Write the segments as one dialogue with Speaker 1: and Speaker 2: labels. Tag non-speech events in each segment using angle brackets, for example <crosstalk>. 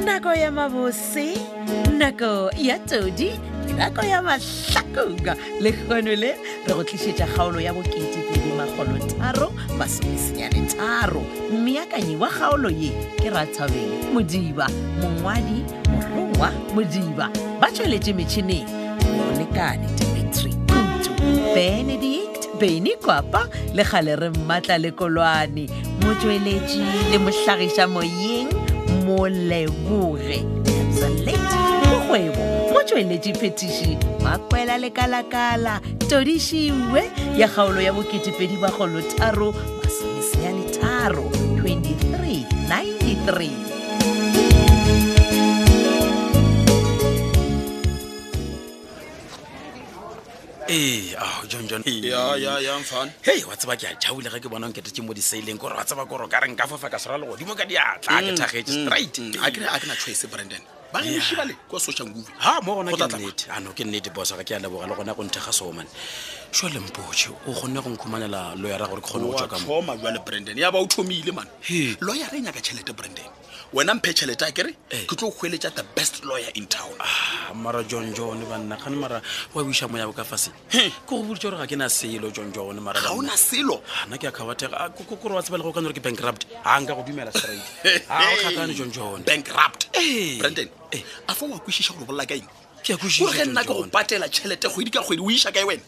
Speaker 1: wa bose nako ya todi ke nako ya mahlakong le kgono le re go tlišetša kgaolo ya bokete pedi magolo tharo masomesenyane tharo mmeakanyi wa kgaolo ye ke rathabeng modiba mongwadi morongwa modiba ba tšweletše metšhineng molekane dimitri kutu benedict beny kwapa le kgale re mmatla le kolwane motsweletši le mohlagiša moyeng moleboge absalete mokgwebo motsweletši phetiši makwela lekalakala todišiwe ya kgaolo ya boketepedi bagolo tharo masomesenyane tharo 23 93
Speaker 2: ee ao john john
Speaker 3: ya ya ya mfane
Speaker 2: ah, hei wa tseba ke a jaole ge ke bona nketetse mo disaileng kore wa tseba kore ka re nka fofa ka sera legodimo ka diatla ke
Speaker 3: Mm,
Speaker 2: thagetse straight
Speaker 3: a kere a ke na choice brandon ba
Speaker 2: Mm, Yeah.
Speaker 3: remošibale kwa social movie
Speaker 2: ha mo gona
Speaker 3: Go
Speaker 2: ke
Speaker 3: tla tsamaya.
Speaker 2: nnete ano ke nnete bosa ga ke a leboga le gona go nthega somane šole mpotše o kgonne go nkhumanela loyara gore ke kgone go tswa ka mo
Speaker 3: thoma jale brandon ya ba o thomile man
Speaker 2: He.
Speaker 3: lawyer re e nyaka tšhelete brandon wena mphe tšhelete a kere
Speaker 2: Eh.
Speaker 3: ke tlo kgweletša the best lawyer in town
Speaker 2: Ah, mara john john banna kgane mara wa buša moyabo ka fase
Speaker 3: He.
Speaker 2: ke go boditše gore ga ke na selo john john mara
Speaker 3: Hmm. ga o
Speaker 2: banna.
Speaker 3: na selo
Speaker 2: ana ke a Ah, kgabatega kore wa tseba le go ka no gore ke bankrupt a nka go dumela straight
Speaker 3: <laughs>
Speaker 2: a o tlhakane john john
Speaker 3: bankrupt
Speaker 2: Ee.
Speaker 3: brandon
Speaker 2: Eh.
Speaker 3: a fa wa kwešiša gore o bolela ka eng
Speaker 2: ke a kwešiša,
Speaker 3: kore ge nna
Speaker 2: John
Speaker 3: ke go
Speaker 2: John.
Speaker 3: patela tšhelete kgwedi ka kgwedi o iša kae wena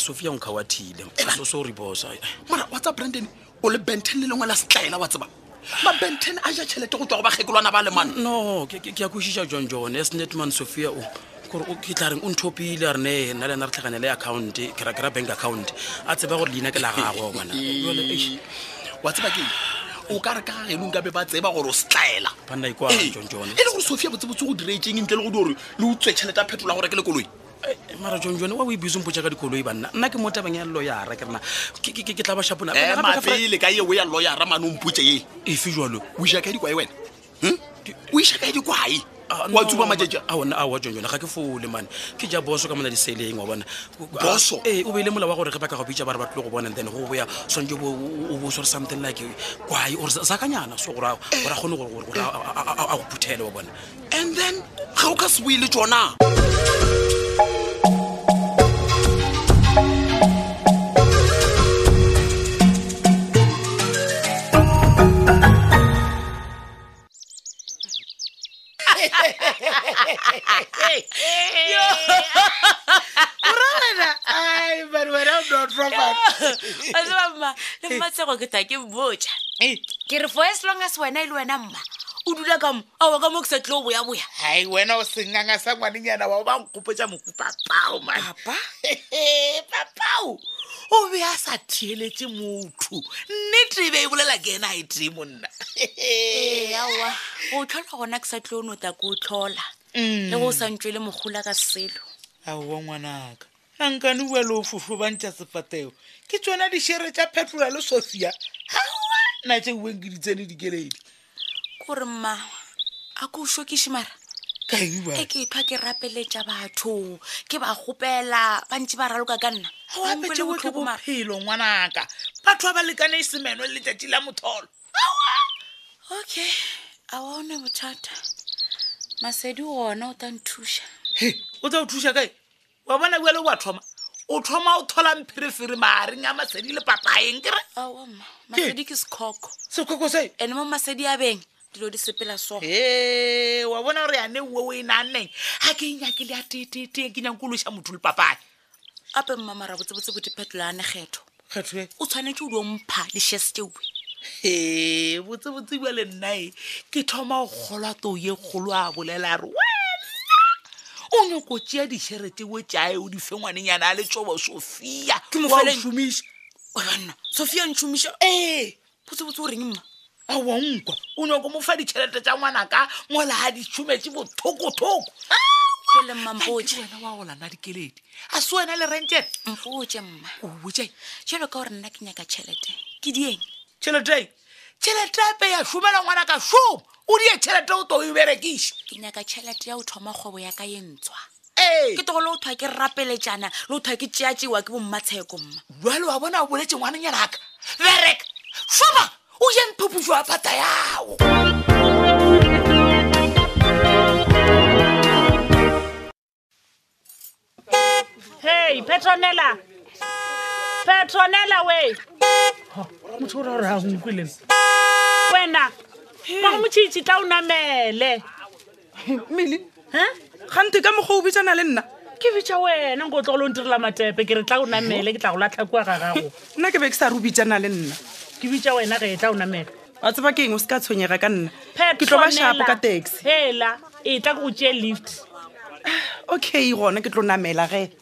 Speaker 2: sofia nkga wa thile so so rebosa
Speaker 3: mara wa tsa brandon o le benten le lengwe la setlaela wa tseba
Speaker 2: Ah.
Speaker 3: mabenten a ja tšhelete go tswa go bakgekolwana ba le mane
Speaker 2: no ke ke- ke a kwešiša john john as netman sophia o kore o- ke tla reng o nthopile a re ne nna le ena re tlhakanya le account ke ra kera bank account a tseba gore leina ke la gago bona Jwale, eish,
Speaker 3: wa tseba ke eng? o ka re ka ga genong ka be ba tseba gore o setlaela
Speaker 2: banna ikwa
Speaker 3: e
Speaker 2: john john
Speaker 3: e le gore sophia botsebotse go diretseng ntle le go di gore le utswe tšhelete a phetola gore ke le koloi
Speaker 2: Eh, mara john john wa o ebusengpotsa ka dikoloi banna nna ke mo tabeng ya loyara ke rena ke ke- ke tla ba shapona
Speaker 3: ema pele Eh, ka yeo ya lawyer-a mane o mputse ye
Speaker 2: efe jalo
Speaker 3: o iša kae dikwae wena Hm? o iša kae dikwae wa tsuba majeja
Speaker 2: aona Ah, awa jonjone ga ke fole mane ke ja boso ka mona diseleng wa bona
Speaker 3: Boso?
Speaker 2: ee o beile mola wa gore ge ba ka go bitsa ba re ba tlile go bona and then go boya swantse bo- o bose gore something like kwae ore zakanyana so gore a gore a kgone gore- gore- gore a- a a- a- a go phuthele wa bona
Speaker 3: and then ga o ka se boele tsona
Speaker 4: a tseba mma le mmatsego ke ta ke botja ke re for as long as wena e le wena mma o dula ka mo awa ka mo ke sa tlo boyaboya
Speaker 5: hai wena o senganga sa ngwanenyana wa o ba nkgopotsa moku papao
Speaker 4: Papa?
Speaker 5: papao o be a sa thieletse motho nnete e be e bolela ke ena a e tee monna
Speaker 4: eawa go tlhola gona ke sa tlo o nota ke o tlhola le go sa ntswe le mogola ka selo
Speaker 5: aowa ngwanaka ankane bua le o fofobantšha sefateo ke tsona dišhere tša phetola le sophia aa nna tše uweng ke di tsene dikeledi
Speaker 4: kore mma a ko o šokiše mara
Speaker 5: kaiba
Speaker 4: e ke tlhwa ke rapeletša batho ke ba gopela ba ntse ba raloka ka nna
Speaker 5: o
Speaker 4: Ba utlwele
Speaker 5: apetsewo ke
Speaker 4: botlhoko mara.
Speaker 5: bophelo ngwanaka batho ba ba lekane e semeno le letšatši la motholo
Speaker 4: okay a wa one bothata masedi gona o tla nthuša
Speaker 5: he o tsa o thuša kae wa bona bjale wa thoma o thoma o thola mpherefere maareng a masedi le papaeng kere
Speaker 4: awa mma masedi ke sekhoko
Speaker 5: sekoko se
Speaker 4: ande mo masedi a beng dilo di sepela so
Speaker 5: e wa bona gore yane uwe o e naaneng ga ke enyake le ya teteteng ke nyako loša motho le papae
Speaker 4: ape mmamara botsebotse bodiphetola a nekgetho
Speaker 5: kgetho
Speaker 4: o tshwanetse o dio mpha di-shes tewe
Speaker 5: e botsebotse bja le nnae ke thoma go kgolwa too ye kgolo a bolela a re wena o nyako tšea dišherete o tšae o di fe ngwanenyana a letsobo sofia
Speaker 4: Ke mo
Speaker 5: wa o
Speaker 4: feleng-
Speaker 5: šomiša
Speaker 4: obanna sophia ntšhomiša
Speaker 5: ee
Speaker 4: botsebotse o reng mma
Speaker 5: a wa nkwa o nyako mo fa ditšhelete tša ngwanaka mola ga ditšhometse bothoko-thoko
Speaker 4: fele
Speaker 5: Ke
Speaker 4: mmampoje
Speaker 5: wena wa olana dikeledi a se wena le rentšene
Speaker 4: mpoje mma
Speaker 5: oboje
Speaker 4: jalo ka gore nna ke nyaka tšhelete ke dieng
Speaker 5: tšhelete tšhelete ape ya šomela ngwanaka šomo o die tšhelete o to o e berekiše
Speaker 4: ke nyaka tšhelete ya go thoma kgwebo ya ka ye ntshwa
Speaker 5: ee
Speaker 4: ke togo le go thwa ke rapeletšana le go thwa ke tšeatšewa ke bommatsheko mma
Speaker 5: jale wa bona o boletse ngwanenyalaka bereka šoma o je mphepušo wa pata yago
Speaker 6: wey petronela petronela wey
Speaker 7: motho o ra gore ga go nkweleng
Speaker 6: wena ba motšhitši tla o namele
Speaker 7: mmele
Speaker 6: he
Speaker 7: gante ka mokgwa o bitsana le nna
Speaker 6: ke bitša wena nko o tlogole o ntirela matepe ke re tla o namele ke tla go latlhakua ga gago
Speaker 7: nna ke be ke sa re o bitsana le nna
Speaker 6: ke bitša wena ge e tla o namele
Speaker 7: wa tseba ke eng o se ka tshwenyega ka nna ke tlo ba shapo ka taxi
Speaker 6: hela e tla ke go tšee lift
Speaker 7: okay gona ke tlo namela ge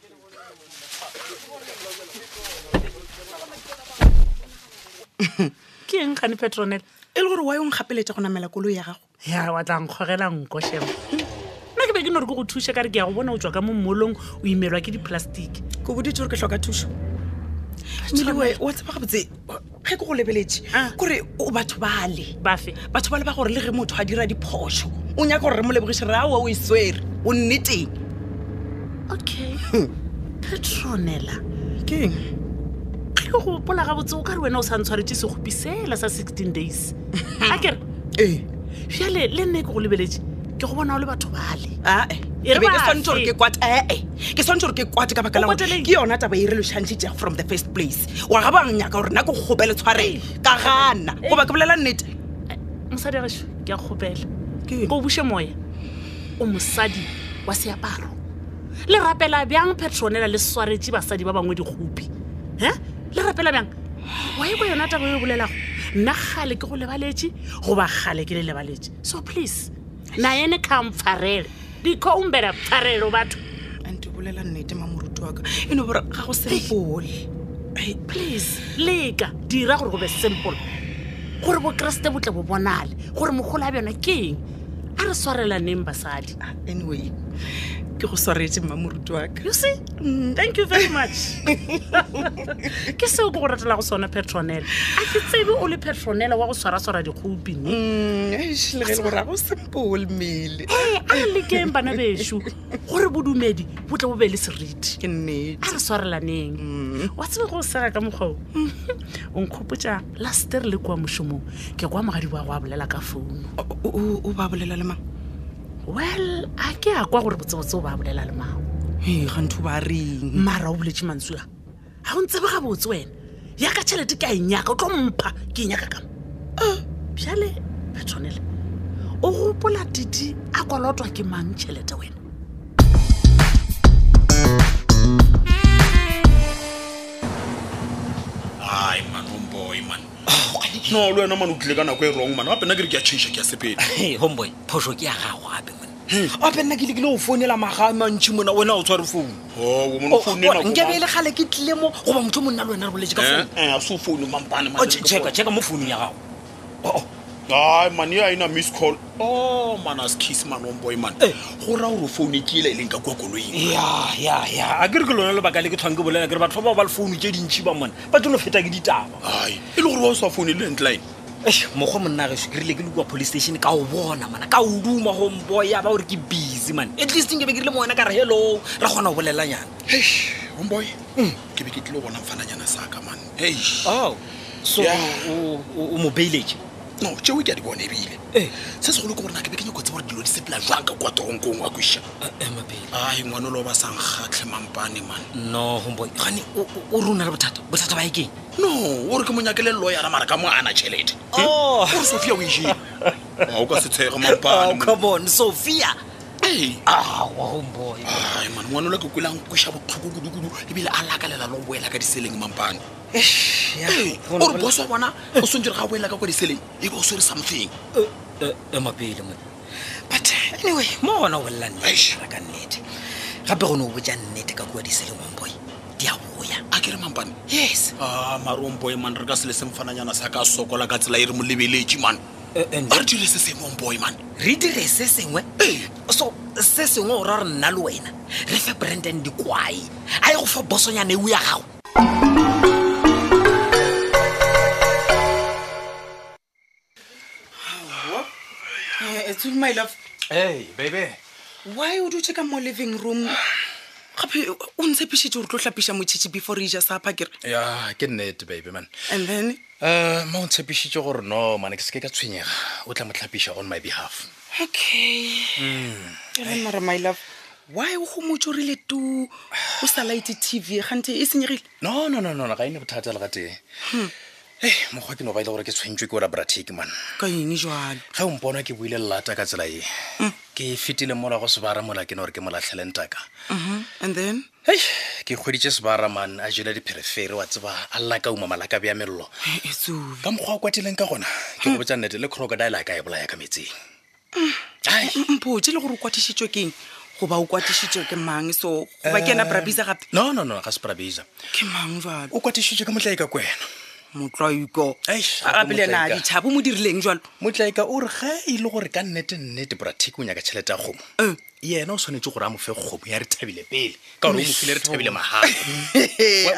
Speaker 6: ke eng gane petronela
Speaker 7: e le gore wa yo nkgapeletša go namela koloi ya gago
Speaker 6: ya wa tla nkgogela nko shema nna ke be ke no re ke go thuše ka re ke ya go bona o tswa ka mo mmolong o imelwa ke dipolastiki
Speaker 7: ke boditse gore ke tlhoka thušo mmele we wa tseba gabotse ge ke go lebeletše
Speaker 6: Ah.
Speaker 7: kore o batho bale
Speaker 6: bafe
Speaker 7: batho bale ba gore le ge motho a dira diphošo o nyaka gore re mo lebogise re ao o e swere o nneteng
Speaker 6: okay petronela
Speaker 7: ke eng
Speaker 6: ke go gopola gabotse o ka re wena o sa ntshwaretse sekgopi sela sa sixteen days a kere
Speaker 7: ee
Speaker 6: bjale le nne ke go lebeletše ke go bona o le batho bale
Speaker 7: ae
Speaker 6: E re
Speaker 7: Ke be ke
Speaker 6: bafe?
Speaker 7: swantse gore ke kwate ee ke swantse gore ke kwate ka baka
Speaker 6: O
Speaker 7: la gore
Speaker 6: kwateleng?
Speaker 7: ke yona taba e re lošhantšhitšego from the first place wa ga bang nyaka gore nna ke gope letshwarele ka gana goba ke bolela nnete
Speaker 6: mosadi gašo ke a kgopela
Speaker 7: Ke eng?
Speaker 6: ko buše moya o mosadi wa seaparo le rapela bjang petronela le swaretše basadi ba bangwe dikgopi he le rapela bjang wa e ko yona taba yo bolelago nna kgale ke go lebaletše goba kgale ke le lebaletše so please naene kampfarele dikombela pfarelo batho
Speaker 7: ante o bolela nnete mamoruti wa ka e no bore ga go sempole
Speaker 6: please leka dira gore go be simple gore bokeresete bo tle bo bonale gore mogolo a bjona ke eng a re swarelaneng basadi
Speaker 7: anyway ke go swaretse mmamoruti wa ka
Speaker 6: you see Mm, thank you very much ke seo ke go ratela go sona petronela a ke tsebe o le petronela wa go swaraswara dikgopi ne
Speaker 7: Mm, eish, le ge e le gore ga go sempole mmele
Speaker 6: ee a lekeng bana bešo gore bodumedi bo tle bo be le seriti
Speaker 7: ke nnete Mm.
Speaker 6: a re swarelaneng wa tsebe go sega ka mokgwao <laughs> o nkgopotsa laste re le kwa mošomong ke kwa mogadi wa go a bolela ka founu
Speaker 7: O- o o ba bolela le mang
Speaker 6: well a ke a kwa gore botsebotse o ba bolela le mao
Speaker 7: e gantho ba reng
Speaker 6: mara o boletse mantswe a ga o ntsebe ga botse wena yaka tšhelete ke a e nyaka o tlo mpha ke e nyaka kamo bjale petronele o gopola titi a kolotwa ke mang tšhelete wena
Speaker 3: ai man omboy man no le wena mane o tlile ka nako e rong mane gape nna ke re ke a change ke a sepedi
Speaker 5: homeboy phoso ke ya gago gape mone
Speaker 7: ape nna ke lekile go founela maga a mantšhi mona wena o tshware founu
Speaker 3: oo
Speaker 2: Oh,
Speaker 3: mone
Speaker 7: O-
Speaker 3: o foune
Speaker 7: o- nkebe e le gale ke tlile mo goba motho monna le wena re boletse ka founu
Speaker 3: a se o foune mampane
Speaker 5: O che- checka checka mo founung ya gago
Speaker 3: ai man ye a ena miss call o man a skis man omboy man go raya gore o foune ke ele e leng ka kwa
Speaker 2: Mm.
Speaker 3: koloing
Speaker 5: ya ya ya a ke re ke lona lebaka le ke tshwang ke bolela ke re batho ba bao ba le founu tse dintšhi ba mone ba tlo no feta ke ditaba
Speaker 3: ai e le gore wa o sa foune le landline
Speaker 5: Eish, mokgwa monna geso ke rile ke le kua police station ka o bona mana ka o duma homeboy ya ba gore ke busy man at least nke be ke rile mo wena ka re hello ra kgona go bolelanyana
Speaker 3: hei omboy ke be ke tlile o bona mfananyana saka man hei
Speaker 5: oh so
Speaker 3: Yeah.
Speaker 5: o- o o mo beiletse
Speaker 3: no tšeo ke a di bone ebile
Speaker 5: Eh.
Speaker 3: se segolo ke gore na ke be ke nyako tse gore dilo di sepela jwang ka kwa toronkong wa kweša
Speaker 5: Eh, mabele
Speaker 3: ai ngwane le o ba sankgatlhe mampane man
Speaker 5: no homeboy gane o- o- o re o na le bothata bothata ba ekeng
Speaker 3: no o re ke monyakele lloyana mara ka mo ana tšhelete
Speaker 5: Oh.
Speaker 3: ore sofia o <laughs> ešie o ka se tshega
Speaker 5: oh,
Speaker 3: mampane
Speaker 5: come on sophia awa homeboy
Speaker 3: ai man ngwane le ke kwelang kweša botlhoko kudu-kudu ebile a lakalela le go boela ka diseleng mampane Ee,
Speaker 5: go na
Speaker 3: ore
Speaker 5: go le-
Speaker 3: boso wa bona o swantse re ga o boela ka kwa diseleng e be o swere something
Speaker 5: Eh, emapele mone but anyway mo gona o bolela nnetera ka nnete gape gone o botja nnete ka kua disele homeboy di a boya
Speaker 3: a ke re mampane
Speaker 5: yes
Speaker 3: a maromboy Ah, e man re ka sele semfananyana sa ka sokola ka tsela e re mo lebeletše man a re dire se semomboy man
Speaker 5: re dire se sengwe so se sengwe o ra gore nna le wena re fe branden dikwai a ye go fa bosonyane eo ya gago
Speaker 7: etsoi Eh, my love
Speaker 8: hey babe
Speaker 7: why o dutse ka mo living room gape o ntshepišitše gore tlo tlhapiša motšhitši before eja sapa kere
Speaker 8: ya ke nnete babe man
Speaker 7: and then
Speaker 3: Eh,
Speaker 8: um ma o ntshepišitše gore no mane ke se ke ka tshwenyega o tla mo tlhapiša on my behalf
Speaker 7: okay ele mara my love why o gomotse o rile tu o sa light tv gante e senyegile
Speaker 3: no no no no no, ga ene bothata le ga teng
Speaker 2: Hmm.
Speaker 3: e mokgwa ke no ba ile gore ke tshwentswe ke ora bratake man
Speaker 7: ka eng jalo
Speaker 3: ge o mpona ke buile llata ka tsela e ke fetile mola go sebara mola ke ne gore ke mo latlhelentaka
Speaker 7: and then
Speaker 3: hei ke kgweditse sebara man a jela dipherefere wa tseba a lla ka uma malaka bja melelo
Speaker 7: e tsobe
Speaker 3: ka mokgwa o kwatileng ka gona ke go botsa nnete le crocodile a ka e bolaya ka metseng Hmm. ai
Speaker 7: mpotse le gore o kwatisitswe ke eng goba o kwatisitswe ke mang so goba ke ena brabisa gape
Speaker 3: no no no ga seprabisa
Speaker 7: ke mang jalo
Speaker 3: o kwatišitše ka motlae ka kwena
Speaker 7: motlaiko
Speaker 3: Eish, gape
Speaker 7: gape le ena a
Speaker 3: motlaika.
Speaker 7: ditšhabo mo dirileng jalo
Speaker 3: motlaika o re ga e le gore ka nnete nnete bratic o nyaka tšhelete ya kgomo
Speaker 7: Eh.
Speaker 3: yena o tshwanetse gore a mofe kgomo ya re thabile pele ka gore o mofile re thabile <laughs> magaa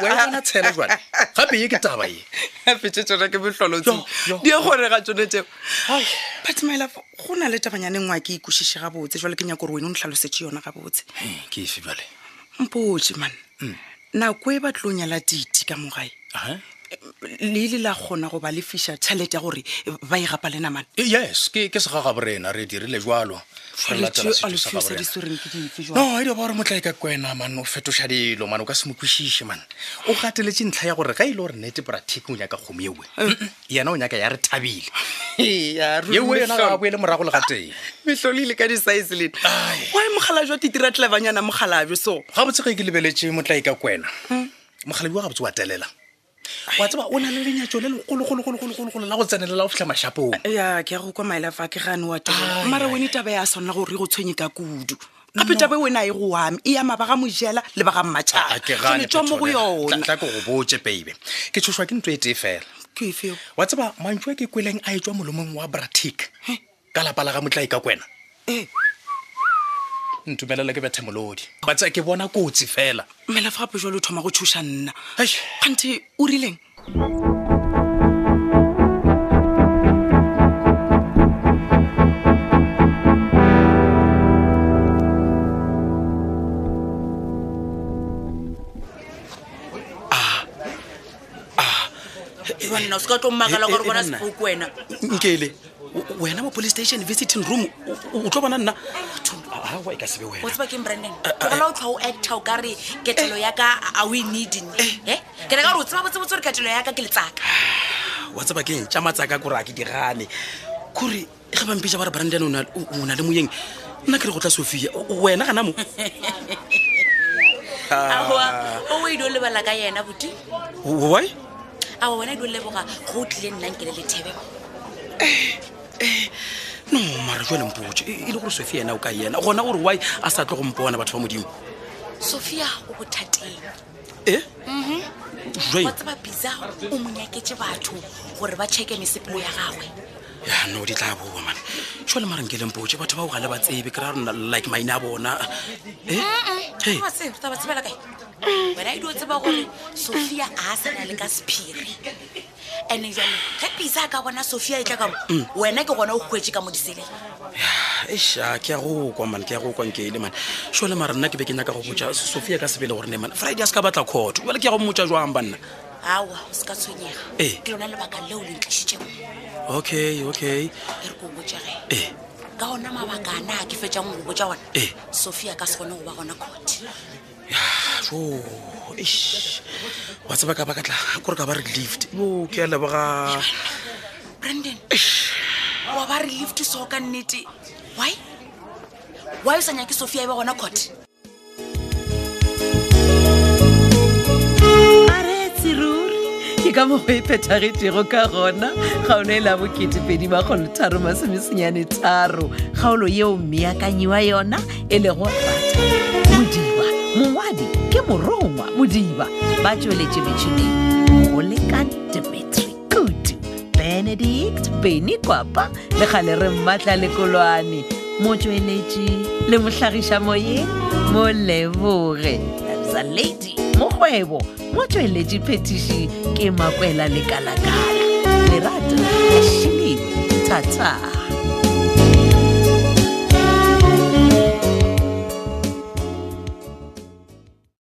Speaker 3: wena tshela jale gape ye ke taba e. ye
Speaker 7: fetse tsona ke botlholotse
Speaker 3: Jo, jo.
Speaker 7: di gore ga tsone tseo but mylaf go na le tabanyane ngwa ke ikwešiše gabotse jalo ke nyako gore wena o ntlhalosetse yona gabotse
Speaker 3: Hei, ke efe bale
Speaker 7: mpotse man nako e ba tlong yala titi ka mogae le ile la kgona go ba lefiša tšhelete ya gore ba e gapa le namane
Speaker 3: yes ke ke segagabo rena re dirile jalo Re latela setso sa
Speaker 7: Tšhelete eo a lefio sa
Speaker 3: gaabo rena.
Speaker 7: disoreng ke dife jalo
Speaker 3: no e di ba gore motlae ka kwena man o fetoša dilo man o ka se mo kwešiše man o gateletse ntlha ya gore ga e le gore nnete bratic o nyaka kgomo ewe yena o nyaka ya re thabile yeo yena ga a boele morago le gateng
Speaker 7: metlholile ka di-size lena goe mogala jwa titira tlebanyana mogalajo so
Speaker 3: ga botse ge ke lebeletse motlae ka kwena mogalabi wa ga botse wa telela wa tseba o na le lenyatso le legologologologologolo la go tsenelela go fitlha mašapong
Speaker 7: ya ke ya go kwa maelafa ke gane wa taba
Speaker 3: Ai,
Speaker 7: mara
Speaker 3: ai.
Speaker 7: wene taba ya sonna gore e go tshwenye ka kudu gape taba wena a e go ame e ama ba ga mojela le ba ga
Speaker 3: Ah, ke gane
Speaker 7: mmatšhaatsoa mo go
Speaker 3: Petronella. Tla-
Speaker 7: yona
Speaker 3: tla ke go botse peibe ke tshoswa ke ntho e tee fela
Speaker 7: ke efeo
Speaker 3: wa tseba mantso a ke kweleng a e tswa molomong wa bratic ka lapa la ga motlae ka kwena
Speaker 7: ee
Speaker 3: ntumelela ke bethe molodi wa tseba ke bona kotsi fela
Speaker 7: mmela fa gape jalo o thoma go thuša nna
Speaker 3: Ai.
Speaker 7: kgante o rileng
Speaker 4: banna o se ka tlo mmakala
Speaker 3: Eh,
Speaker 4: gore
Speaker 3: eh,
Speaker 4: bona
Speaker 3: banna.
Speaker 4: sepoko wena
Speaker 3: nkele o- wena mo police station visiting room o- o- o tlo bona nna aa e ka sebe
Speaker 4: o
Speaker 3: wena
Speaker 4: tseba keng branden tlogela o tlhwa o acta o kare ketelo yaka a o e needin e ke reka gore o tseba botsebotse gore ketelo yaka ke letsaka
Speaker 2: wa tseba keng tša matsaka kore a ke di gane kore ge bampitša ba re branden o na- o o na le moyeng nna ke re go tla sophia O- o- wena gana mo
Speaker 4: aowa o o ile o lebala ka yena bote
Speaker 2: wy
Speaker 4: aowa wena ile o leboga go o tlile nnang ke le lethebe
Speaker 2: no mara jale mpotse e e le gore sophia yena o ka yena gona gore wy a sa tlo go mpona batho ba modimo
Speaker 4: sophia o bothateng
Speaker 2: e
Speaker 4: wa
Speaker 2: jai
Speaker 4: tseba bisa o monyaketse batho gore ba check-e mesepelo ya gagwe
Speaker 2: no di tla boa man jale mara nke lempotse batho bao ga le ba tsebe ke ra rona like maina a bona e Hey.
Speaker 4: taba tsebela kae wena e dio tseba gore sophia a sana le ka sephiri and jale ge bisa a ka bona sophia e tla kamo wena ke gona o kgwetse ka mo diseleng
Speaker 2: eša ke ya go kwa man ke ya go kwa nke ele man sole mara nna ke be ke nyaka go botsa sophia ka sebele gore ne man friday a se ka batla coto jale ke ya go mmotsa jwang banna
Speaker 4: awa o se ka tshwenyega
Speaker 2: Ee.
Speaker 4: ke lona lebaka leo le ntlišitsego
Speaker 2: okay okay
Speaker 4: e re ko botsege
Speaker 2: ee
Speaker 4: ka ona mabaka a na ke fetsang go botsa ona
Speaker 2: Ee.
Speaker 4: sophia ka se kgone go ba gona court
Speaker 2: jo eish. wa tseba ka baka tla kore ka ba re lift bo ke a leboga
Speaker 4: brandon wa ba re lift so ka nnete why why o sa nyake sophia e ba gona court
Speaker 1: aretse ruri ke ka mogo e phethagetšego ka gona kgaolo e la boketepedi magolotharo masomesenyane tharo kgaolo yeo meakanyiwa yona e lego rata modiba mongwadi ke morongwa modiba ba tsweletše metšhineng go lekane demetri kutu benedict beny kwapa le gale re mmatla lekolwane motsweletši le mohlagiša moyeng mo leboge absa lady mokgwebo motsweletši phetiši ke makwela lekalakala lerato ashiliwe thataro